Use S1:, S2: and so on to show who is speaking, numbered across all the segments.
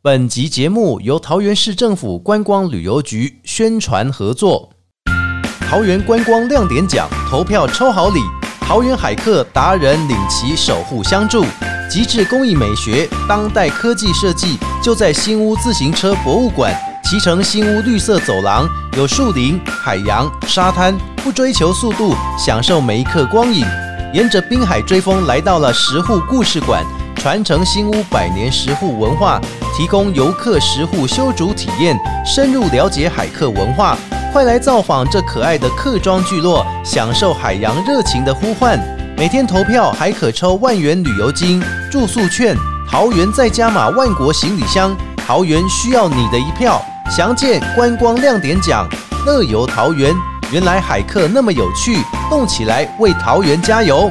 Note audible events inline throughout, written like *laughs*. S1: 本集节目由桃园市政府观光旅游局宣传合作，桃园观光亮点奖投票抽好礼，桃园海客达人领旗守护相助，极致工艺美学、当代科技设计，就在新屋自行车博物馆。骑乘新屋绿色走廊，有树林、海洋、沙滩，不追求速度，享受每一刻光影。沿着滨海追风来到了石户故事馆，传承新屋百年石户文化，提供游客石户修竹体验，深入了解海客文化。快来造访这可爱的客庄聚落，享受海洋热情的呼唤。每天投票还可抽万元旅游金、住宿券、桃园再加码万国行李箱。桃园需要你的一票，详见观光亮点奖。乐游桃园，原来海客那么有趣，动起来为桃园加油！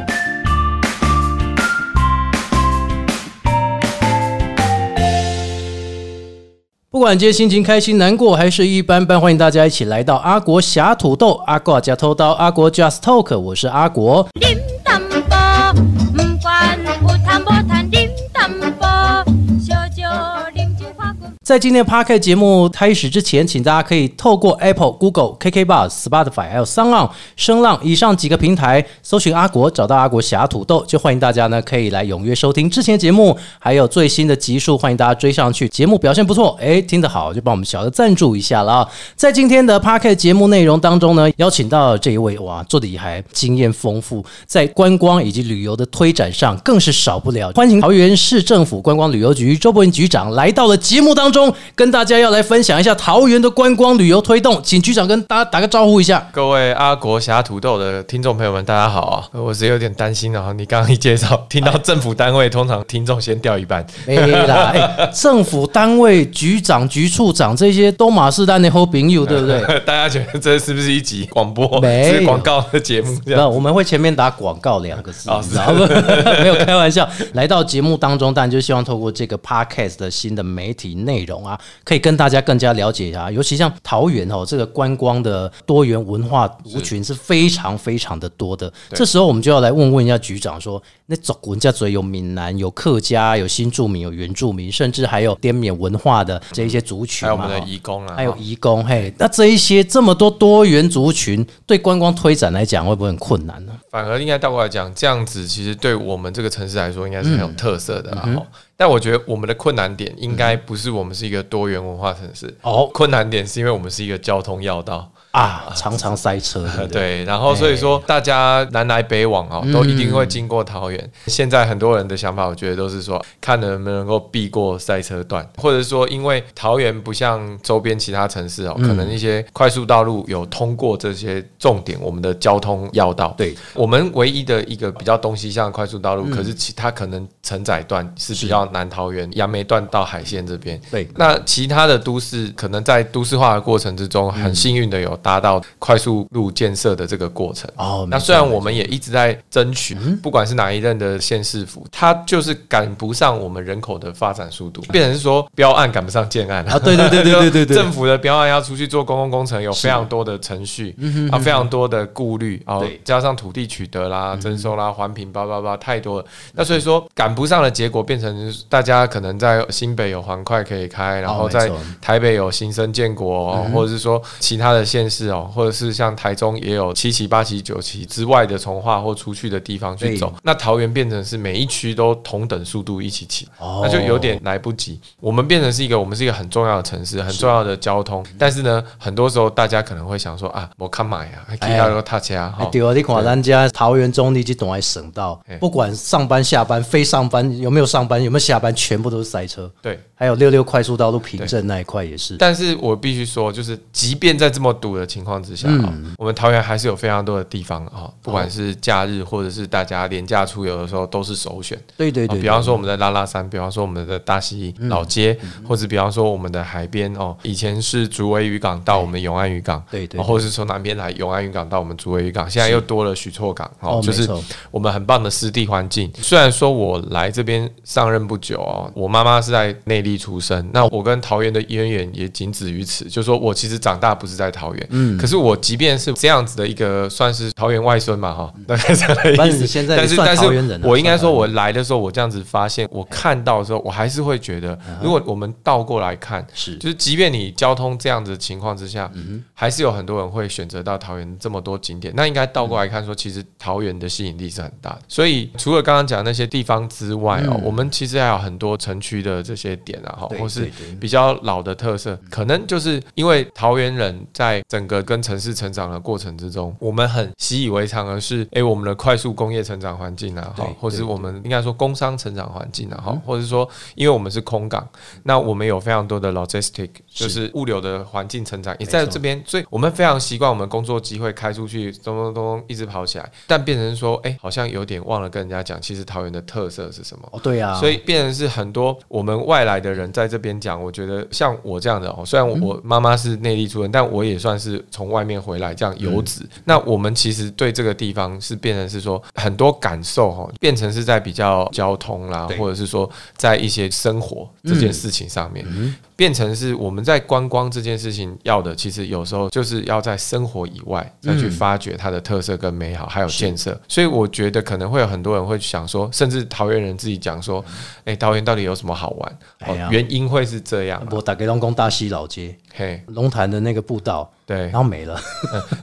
S1: 不管今天心情开心、难过还是一般般，欢迎大家一起来到阿国侠土豆、阿国加偷刀、阿国 Just Talk，我是阿国。
S2: điểm tâm bò mừng quan bù tham bò than điểm tâm bò cho cho điểm chữ hoa của
S1: 在今天 p a r k 节目开始之前，请大家可以透过 Apple、Google、KK Bus、Spotify 还有 s o n g 声浪以上几个平台搜寻阿国，找到阿国侠土豆，就欢迎大家呢可以来踊跃收听之前的节目，还有最新的集数，欢迎大家追上去。节目表现不错，哎，听得好就帮我们小额赞助一下啦。在今天的 p a r k 节目内容当中呢，邀请到这一位哇，做的也还经验丰富，在观光以及旅游的推展上更是少不了。欢迎桃园市政府观光旅游局周伯文局长来到了节目当中，跟大家要来分享一下桃园的观光旅游推动，请局长跟大家打个招呼一下。
S3: 各位阿国侠土豆的听众朋友们，大家好啊！我是有点担心啊，你刚刚一介绍，听到政府单位，通常听众先掉一半。
S1: 没啦，哎，政府单位局长、局处长这些都马是丹的后朋友，对不对？
S3: *laughs* 大家觉得这是不是一集广播、
S1: 没有
S3: 是广告的节目？这
S1: 那
S3: 样
S1: 我们会前面打广告两个字，
S3: 哦
S1: 你知道吗？ *laughs* 没有开玩笑。来到节目当中，当然就希望透过这个 podcast 的新的媒体内容啊，可以跟大家更加了解一下，尤其像桃园哦，这个观光的多元文化族群是非常非常的多的。这时候我们就要来问问一下局长说，那走人家嘴有闽南、有客家、有新住民、有原住民，甚至还有滇缅文化的这一些族群
S3: 还有我
S1: 嘛，
S3: 们的
S1: 哦
S3: 义工啊，
S1: 还有移工，嘿，那这一些这么多多元族群，对观光推展来讲，会不会很困难呢？
S3: 反而应该倒过来讲，这样子其实对我们这个城市来说，应该是很有特色的啦。
S1: 嗯
S3: 哦但我觉得我们的困难点应该不是我们是一个多元文化城市，
S1: 哦
S3: 困难点是因为我们是一个交通要道。
S1: 啊，常常塞
S3: *laughs*
S1: 车，对哎不对？
S3: 对，然后所以说大家南来北往哦，都一
S1: 嗯
S3: 定会经过桃园。现在很多人的想法，我觉得都是说，看能不能够避过塞车段，或者说因为桃园不像周边其他城市哦，
S1: 嗯
S3: 可能一些快速道路有通过这些重点，我们的交通要道。
S1: 对，嗯
S3: 我们唯一的一个比较东西向的快速道路，可是其他可能承载段是比较南桃园、杨梅段到海线这边。
S1: 对
S3: 那其他的都市可能在都市化的过程之中，
S1: 嗯
S3: 很幸运的有达到快速路建设的这个过程。
S1: 哦，没错
S3: 那
S1: 嗯
S3: 虽然我们也一直在争取，不管是哪一任的县市府，它就是赶不上我们人口的发展速度，变成是说标案赶不上建案
S1: 啊，对对对对对
S3: *laughs*
S1: 对对，
S3: 政府的标案要出去做公共工程，有非常多的程序
S1: 嗯
S3: 啊，非常多的顾虑啊
S1: 对，嗯
S3: 加上土地取得啦、征收啦、环评叭叭叭，太多了。那所以说赶不上的结果，变成大家可能在新北有环快可以开，然后
S1: 哦没
S3: 在
S1: 错
S3: 台北有新生建国、
S1: 嗯
S3: 哦，或者是说其他的县市哦，或者是像台中也有七期、八期、九期之外的从化或出去的地方去
S1: 对
S3: 走。那桃园变成是每一区都同等速度一起起，
S1: 哦
S3: 那就有点来不及。我们变成是一个，我们是一个很重要的城市，很重要的交通。但是呢，很多时候大家可能会想说啊，我看买啊，其他都踏车啊，
S1: 哎
S3: 哈
S1: 对啊，你看咱家桃园中立这种还省道
S3: 哎，
S1: 不管上班下班、非上班有没有上班、有没有下班，全部都是塞车。
S3: 对。
S1: 还有六六快速道路凭证那一块也是，
S3: 但是我必须说，就是即便在这么堵的情况之下，哈
S1: 嗯
S3: 我们桃园还是有非常多的地方
S1: 哦
S3: 啊，不管是假日或者是大家连假出游的时候，都是首选。
S1: 对对
S3: 哦
S1: 对，
S3: 比
S1: 对
S3: 方说我们的拉拉山，比方说我们的大溪老街，
S1: 嗯
S3: 或者比方说我们的海边哦，以前是竹围渔港到我们永安渔港，
S1: 对对
S3: 哦或者是从南边来永安渔港到我们竹围渔港，现在又多了许厝港
S1: 哦
S3: 哦，就
S1: 没
S3: 是
S1: 错
S3: 我们很棒的湿地环境。虽然说我来这边上任不久哦，我妈妈是在内地出生，那我跟桃园的渊源也仅止于此，就说我其实长大不是在桃园，嗯，可是我即便是这样子的一个算是桃园外孙嘛哈，大概这样的
S4: 反正嗯
S3: 意
S4: 你
S3: 思。
S4: 现在
S3: 但是
S4: 算
S3: 但是
S4: 桃园人啊
S3: 我应该
S4: 算桃
S3: 说，
S4: 园
S3: 我来的时候，我这样子发现，我看到的时候，我还是会觉得，
S4: 嗯
S3: 如果我们倒过来看，
S4: 是嗯
S3: 就是即便你交通这样子的情况之下，还是有很多人会选择到桃园这么多景点。那应该倒过来看
S4: 嗯
S3: 说，其实桃园的吸引力是很大的。所以除了刚刚讲的那些地方之外哦，我们其实还有很多城区的这些点啊，哈
S4: 嗯对，
S3: 或是
S4: 对嗯对
S3: 比较老的特色，可能就是因为桃园人在整个跟城市成长的过程之中，我们很习以为常的是，哎、我们的快速工业成长环境啊，
S4: 对
S3: 哈，或
S4: 对嗯
S3: 是我们应该说工商成长环境啊，哈、或者说因为我们是空港，那我们有非常多的 logistic，就是物流的环境成长也在这边，所以我们非常习惯我们工作机会开出去，咚咚咚咚一直跑起来，但变成说，哎、好像有点忘了跟人家讲，其实桃园的特色是什么。
S4: 哦，对啊，
S3: 所以变成是很多我们外来的人在这边讲，我觉得像我这样的哦，虽然
S4: 嗯
S3: 我妈妈是内地出人，但我也算是从外面回来这样游子。
S4: 嗯
S3: 那我们其实对这个地方是变成是说很多感受哦，变成是在比较交通啦
S4: 对，
S3: 或者是说在一些生活这件事情上面。
S4: 嗯
S3: 变成是我们在观光这件事情要的，其实有时候就是要在生活以外再
S4: 嗯
S3: 去发掘它的特色跟美好，还有建设。所以我觉得可能会有很多人会想说，甚至桃园人自己讲说，哎、桃园到底有什么好玩？
S4: 嗯哎呀
S3: 哦，原因会是这样啊、
S4: 我打给龙宫大溪老街
S3: 嘿，
S4: 龙潭的那个步道，
S3: 对
S4: 然。后没了。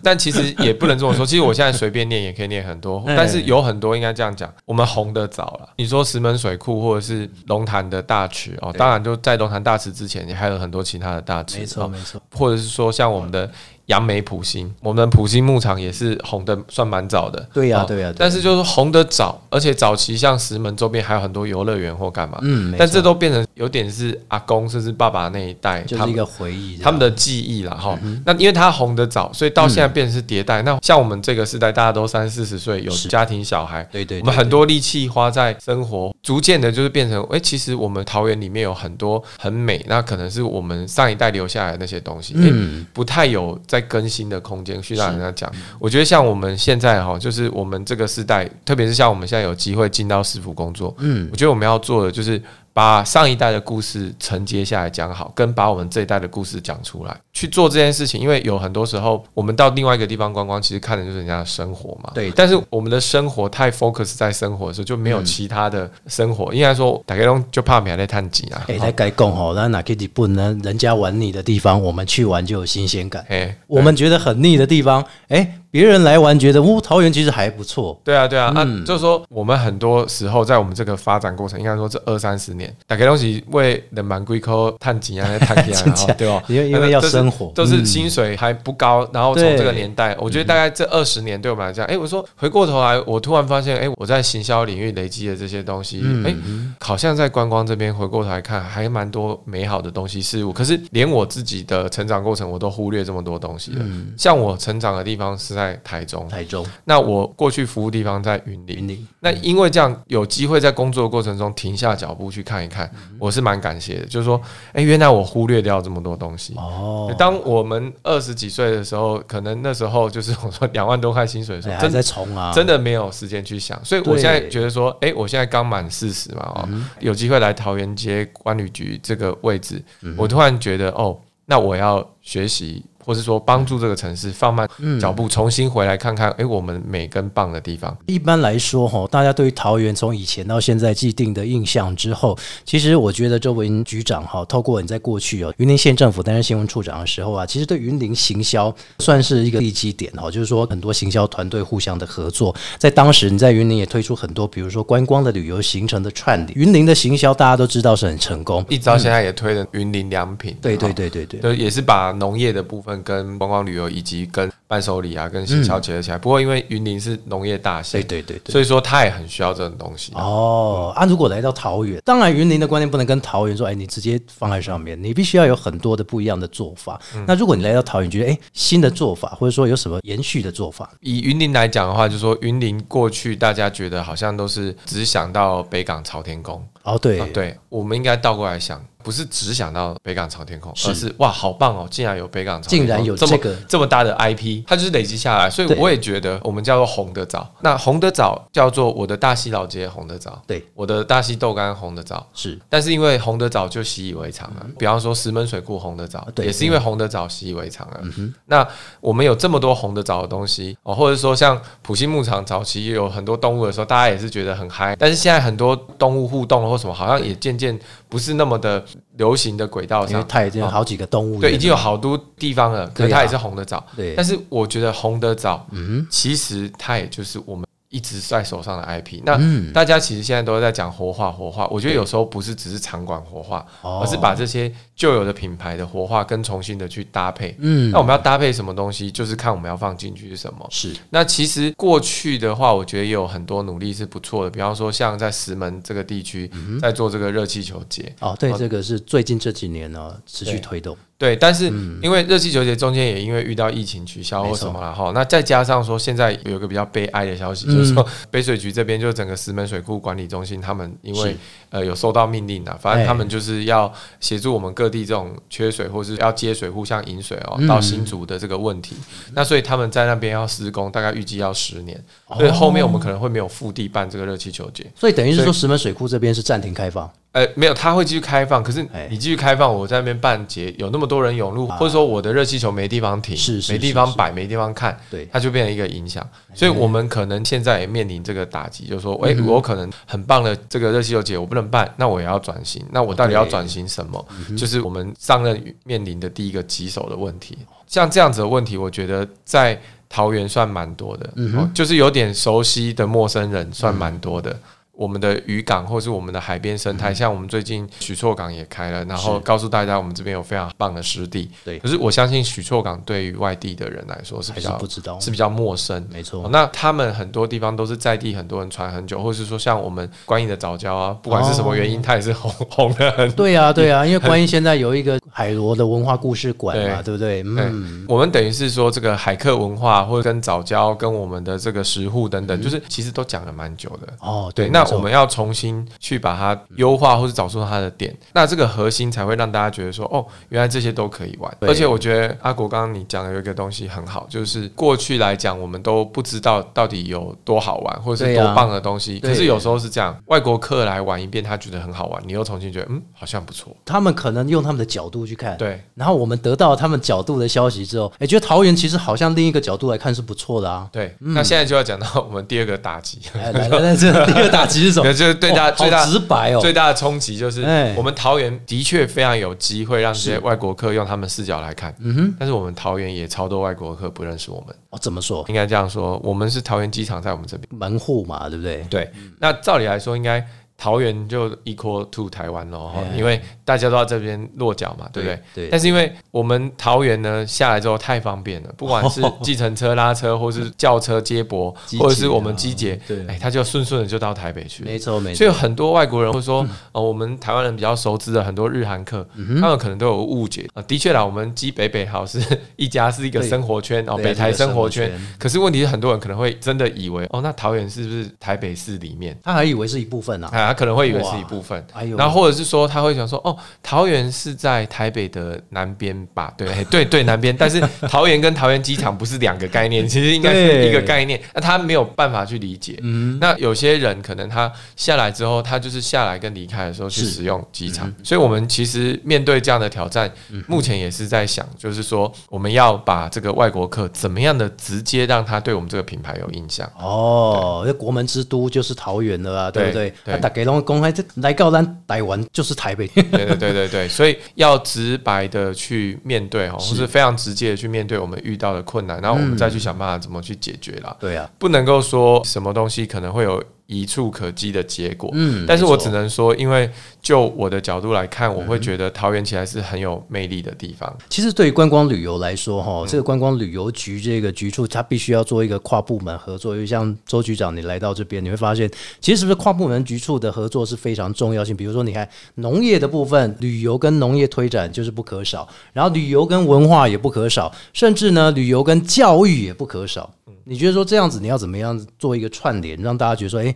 S3: 但其实也不能这么
S4: *laughs*
S3: 说，其实我现在随便念也可以念很多，
S4: 哎
S3: 但是有很多应该这样讲，我们红的早了。你说石门水库或者是龙潭的大池哦，当然就在龙潭大池之前，也还有很多其他的大池。
S4: 没
S3: 哦
S4: 错，没错。
S3: 或者是说像我们的杨梅普星，我们的普星牧场也是红的算蛮早的。
S4: 对呀
S3: 哦
S4: 对呀对呀
S3: 但是就是红的早，而且早期像石门周边还有很多游乐园或干嘛，
S4: 嗯没
S3: 但
S4: 错
S3: 这都变成有点是阿公甚至爸爸那一代
S4: 就
S3: 哎他
S4: 是
S3: 们
S4: 一个嗯回忆这样，
S3: 他们的记忆啦，哈、那因为它红得早，所以到现在变成是迭代。那像我们这个时代，大家都三四十岁，有
S4: 是
S3: 家庭小孩，
S4: 对对对
S3: 我们很多力气花在生活，逐渐的就是变成，哎、其实我们桃园里面有很多很美，那可能是我们上一代留下来的那些东西，嗯，不太有在更新的空间去让人家讲。我觉得像我们现在哈，就是我们这个时代，特别是像我们现在有机会进到市府工作，嗯，我觉得我们要做的就是把上一代的故事承接下来讲好，跟把我们这一代的故事讲出来，去做这件事情。因为有很多时候，我们到另外一个地方观光，其实看的就是人家的生活嘛。
S4: 对
S3: 但是我们的生活太 focus 在生活的时候，就没有其他的生活。应该说，大家都就怕没在探景啊。
S4: 哎，来改供吼，那哪去日本呢？人家玩腻的地方，我们去玩就有新鲜感。
S3: 哎，
S4: 我们觉得很腻的地方，哎，别人来玩觉得，哦，桃园其实还不错。
S3: 对啊，对啊，那、
S4: 嗯
S3: 就是说，我们很多时候在我们这个发展过程，应该说这二三十年，打开东西为人蛮贵科探景啊，探景
S4: *laughs* 真假
S3: 啊，对吧？
S4: 因为因为要生活嗯
S3: 都是薪水还不高，然后从
S4: 对
S3: 这个年代，我觉得大概这二十年对我们来讲，哎，我说回过头来，我突然发现，哎，我在行销领域累积的这些东西，
S4: 嗯
S3: 哎，好像在观光这边回过头来看，还蛮多美好的东西事物。可是连我自己的成长过程，我都忽略这么多东西了。
S4: 嗯
S3: 像我成长的地方是在台中，
S4: 台中、
S3: 那我过去服务地方在云林，
S4: 云林，
S3: 那因为这样有机会在工作的过程中停下脚步去看一看，
S4: 嗯
S3: 我是蛮感谢的。就是说，哎、原来我忽略掉这么多东西。
S4: 哦，
S3: 当我们二十几岁的时候，可能那时候就是我说两万多块薪水的时
S4: 哎
S3: 候，
S4: 还
S3: 真
S4: 在
S3: 的
S4: 冲啊，
S3: 真的没有时间去想。所以我
S4: 对嗯
S3: 现在觉得说，哎、我现在刚满四十嘛，哦，有机会来桃园街管理局这个位置，
S4: 嗯
S3: 我突然觉得，哦，那我要学习。或是说帮助这个城市放慢
S4: 嗯
S3: 脚步，重新回来看看，哎、我们美跟棒的地方。
S4: 一般来说，哈，大家对于桃园从以前到现在既定的印象之后，其实我觉得周文局长哈，透过你在过去哦，云林县政府担任新闻处长的时候啊，其实对云林行销算是一个地基点哈，就是说很多行销团队互相的合作，在当时你在云林也推出很多，比如说观光的旅游行程的串联，云林的行销大家都知道是很成功，
S3: 一直到现在也推了云林良品，
S4: 对对
S3: 哦，
S4: 对对对，
S3: 就也是把农业的部分跟观光旅游以及跟伴手礼啊、跟行销结合起来。不过因为云林是农业大县，
S4: 嗯对对对对。
S3: 所以说它也很需要这种东西。
S4: 哦，啊，如果来到桃园，当然云林的观念不能跟桃园说，哎，你直接放在上面，你必须要有很多的不一样的做法。
S3: 嗯
S4: 那如果你来到桃园，觉得哎新的做法，或者说有什么延续的做法，
S3: 以云林来讲的话，就说云林过去大家觉得好像都是只想到北港朝天宫，
S4: 哦，对
S3: 啊，对，我们应该倒过来想，不是只想到北港朝天空，而是哇，好棒哦，竟然有北港朝天空，
S4: 竟然有
S3: 这么
S4: 这个
S3: 这么大的 IP，它就是累积下来，所以
S4: 对
S3: 我也觉得我们叫做红的枣，那红的枣叫做我的大溪老街红的枣，
S4: 对，
S3: 我的大溪豆干红的枣。
S4: 是
S3: 但是因为红的早就习以为常了，比方说石门水库红的早，
S4: 嗯啊对嗯
S3: 也是因为红的早习以为常了。那我们有这么多红的早的东西哦，或者说像普信牧场早期有很多动物的时候，大家也是觉得很嗨，但是现在很多动物互动或什么，好像也渐渐不是那么的流行的轨道
S4: 因为
S3: 上。
S4: 它已经有好几个动物园了，
S3: 啊对，已经有好多地方了，
S4: 对
S3: 可
S4: 啊
S3: 是它也是红的早。
S4: 对嗯
S3: 但是我觉得红的早，其实它也就是我们一直在手上的 IP。那
S4: 嗯
S3: 大家其实现在都在讲活化，活化。我觉得有时候不是只是场馆活化，
S4: 哦
S3: 而是把这些旧有的品牌的活化跟重新的去搭配。
S4: 嗯，
S3: 那我们要搭配什么东西，就是看我们要放进去是什么。
S4: 是
S3: 那其实过去的话，我觉得也有很多努力是不错的，比方说像在石门这个地区，
S4: 嗯
S3: 在做这个热气球节，
S4: 哦，对，
S3: 哦
S4: 这个是最近这几年呢持续
S3: 对
S4: 推动，
S3: 对，但是
S4: 嗯
S3: 因为热气球节中间也因为遇到疫情取消
S4: 没
S3: 或
S4: 错
S3: 什么了哈，那再加上说现在有一个比较悲哀的消息，就是
S4: 嗯
S3: 说北水局这边就整个石门水库管理中心，他们因
S4: 是
S3: 为呃有收到命令啊，反
S4: 哎
S3: 正他们就是要协助我们各地这种缺水或是要接水互相引水哦，
S4: 嗯
S3: 到新竹的这个问题。那所以他们在那边要施工，大概预计要十年，
S4: 哦
S3: 所以后面我们可能会没有腹地办这个热气球节。
S4: 所以等于是
S3: 所
S4: 说石门水库这边是暂停开放，
S3: 呃，没有，它会继续开放。可是
S4: 哎啊
S3: 你继续开放，我在那边办节，有那么多人涌入，或者说我的热气球没地方停，
S4: 是是
S3: 没地方摆，没地方看，
S4: 对
S3: 它就变成一个影响。所以我们可能现在也面临这个打击，就是说，哎、
S4: 嗯
S3: 我可能很棒的这个热气球节我不能办，那我也要转型。那我到
S4: 哦
S3: 底要转型什么？
S4: 嗯
S3: 就是我们上任面临的第一个棘手的问题。像这样子的问题，我觉得在桃园算蛮多的，
S4: 嗯
S3: 哦就是有点熟悉的陌生人算蛮多的。我们的渔港或是我们的海边生
S4: 嗯
S3: 态，像我们最近许厝港也开了，然后告诉大家我们这边有非常棒的湿地。
S4: 对
S3: 可是我相信许厝港对于外地的人来说是
S4: 还
S3: 比
S4: 是
S3: 较
S4: 不知道
S3: 是比较陌生。
S4: 没错
S3: 哦那他们很多地方都是在地很多人传很久，或是说像我们观音的早教啊，不管是什么原因，它也是红 *laughs* 红的很
S4: 对啊，对
S3: *laughs*
S4: 啊，因为观音现在有一个海螺的文化故事馆嘛，对不对？
S3: 对
S4: 嗯，，
S3: 我们等于是说这个海客文化，或者跟早教、跟我们的这个食户等等，就是其实都讲了蛮久的。
S4: 哦，
S3: 对，
S4: 没
S3: 那
S4: 错
S3: 我们要重新去把它优化，或是找出它的点，那这个核心才会让大家觉得说，哦，原来这些都可以玩。
S4: 对
S3: 而且我觉得阿国刚刚你讲的有一个东西很好，就是过去来讲，我们都不知道到底有多好玩，或者是
S4: 对
S3: 多
S4: 啊
S3: 棒的东西。
S4: 对
S3: 可是有时候是这样，外国客来玩一遍，他觉得很好玩，你又重新觉得，嗯，好像不错。
S4: 他们可能用他们的角度去看，
S3: 对。
S4: 然后我们得到他们角度的消息之后，哎，觉得桃园其实好像另一个角度来看是不错的啊。
S3: 对，那现在就要讲到我们第二个打击。
S4: 哎，来来来，
S3: *laughs*
S4: 这第二打击是 *laughs* 什么？
S3: 对就是对大
S4: 哦
S3: 家最大
S4: 好直白哦。
S3: 最大的冲击就是
S4: 哎，
S3: 我们桃园的确非常有机会让这些外国客用他们视角来看，
S4: 嗯
S3: 但是我们桃园也超多外国客不认识我们，
S4: 哦，怎么说？
S3: 应该这样说，我们是桃园机场在我们这边，
S4: 门户嘛，对不对？
S3: 对，那照理来说应该。桃园就 equal to 台湾咯，
S4: 哎
S3: 因为大家都要这边落脚嘛，对不对？
S4: 对对
S3: 但是因为我们桃园呢下来之后太方便了，不管是计程车拉车，或是轿车接驳
S4: 哦机，
S3: 或者是
S4: 捷
S3: 我们
S4: 啊
S3: 机姐
S4: 对，
S3: 哎，他就顺顺的就到台北去了
S4: 没。错，嗯没
S3: 所以
S4: 错。
S3: 很多外国人会说，呃，我们台湾人比较熟知的很多日韩客，
S4: 嗯
S3: 他们可能都有误解啊、呃的确啦，我们基北北好是一家是一个
S4: 对
S3: 生活圈哦，
S4: 对
S3: 北台生活
S4: 是
S3: 圈
S4: 一个生活。
S3: 可是问题是，很多人可能会真的以为，哦，那桃园是不是台北市里面？
S4: 他还以为是一部分啊。
S3: 啊，他可能会以为是一部分
S4: 哇哎呦，
S3: 然后或者是说他会想说，哦，桃园是在台北的南边吧？对，哎对对，南边。但是桃园跟桃园机场不是两个概念，其实应该
S4: 对嗯
S3: 是一个概念。那他没有办法去理解。那有些人可能他下来之后，他就是下来跟离开的时候去
S4: 是嗯
S3: 使用机场。所以我们其实面对这样的挑战，目前也是在想，就是说我们要把这个外国客怎么样的直接让他对我们这个品牌有印象。
S4: 哦，那国门之都就是桃园了啊，对不对
S3: 对？对
S4: 啊，大家拢公开这来到咱台湾就是台北， *laughs*
S3: *laughs* 对对对对对，所以要直白的去面对哈，哦
S4: 是嗯
S3: 或是非常直接的去面对我们遇到的困难，然后我们再去想办法怎么去解决啦。
S4: 对啊，
S3: 不能够说什么东西可能会有一触可及的结果，
S4: 嗯
S3: 但是我
S4: 没错嗯
S3: 只能说，因为就我的角度来看，我会觉得桃园其实还是很有魅力的地方。
S4: 其实对于观光旅游来说，
S3: 嗯
S4: 哈，这个观光旅游局这个局处，它必须要做一个跨部门合作。因为像周局长，你来到这边，你会发现，其实是不是跨部门局处的合作是非常重要性。比如说，你看农业的部分，旅游跟农业推展就是不可少，然后旅游跟文化也不可少，甚至呢，旅游跟教育也不可少。你觉得说这样子，你要怎么样做一个串联，让大家觉得说，诶，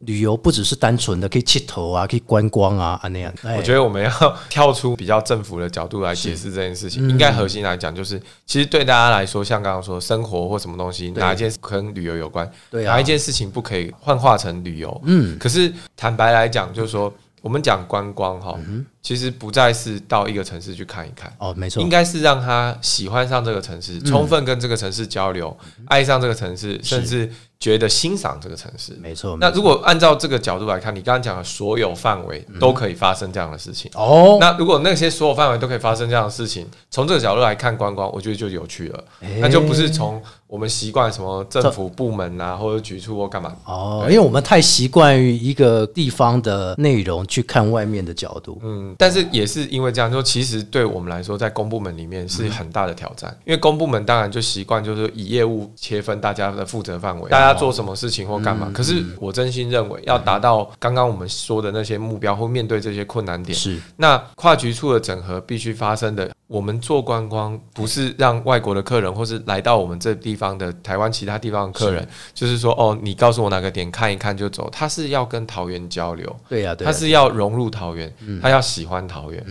S4: 旅游不只是单纯的可以剃头啊，可以观光啊，啊那样。
S3: 我觉
S4: 得
S3: 得我们要跳出比较政府的角度来解释这件事情，应该核心来讲就是，其实对大家来说，像刚刚说生活或什么东西，哪一件事跟旅游有关，
S4: 对啊
S3: 哪一件事情不可以幻化成旅游？嗯，可是坦白来讲，就是说我们讲观光哈，其实不再是到一个城市去看一看。
S4: 哦，没错
S3: 应，该是让他喜欢上这个城市，充分跟这个城市交流，爱上这个城市，甚至觉得欣赏这个城市。
S4: 没错。
S3: 那
S4: 没错
S3: 如果按照这个角度来看，你刚刚讲的所有范围都可以发生这样的事情。
S4: 哦，
S3: 那如果那些所有范围都可以发生这样的事情，从这个角度来看观光，我觉得就有趣了。那就不是从我们习惯什么政府部门啊，或者局处或干嘛。
S4: 哦，因为我们太习惯于一个地方的内容去看外面的角度，
S3: 嗯，但是也是因为这样，就其实对我们来说，在公部门里面
S4: 嗯
S3: 是很大的挑战，因为公部门当然就习惯就是以业务切分大家的负责范
S4: 哦
S3: 围，大家做什么事情或干
S4: 嗯
S3: 嘛。可是我真心认为，要达到刚刚我们说的那些目标或面对这些困难点，
S4: 是
S3: 那跨局处的整合必须发生的。我们做观光不是让外国的客人，或是来到我们这地方的台湾其他地方的客人，就是说哦，你告诉我哪个点看一看就走，他是要跟桃园交流。
S4: 对呀、对、
S3: 他
S4: 啊，嗯
S3: 是要融入桃园，他要喜欢桃园。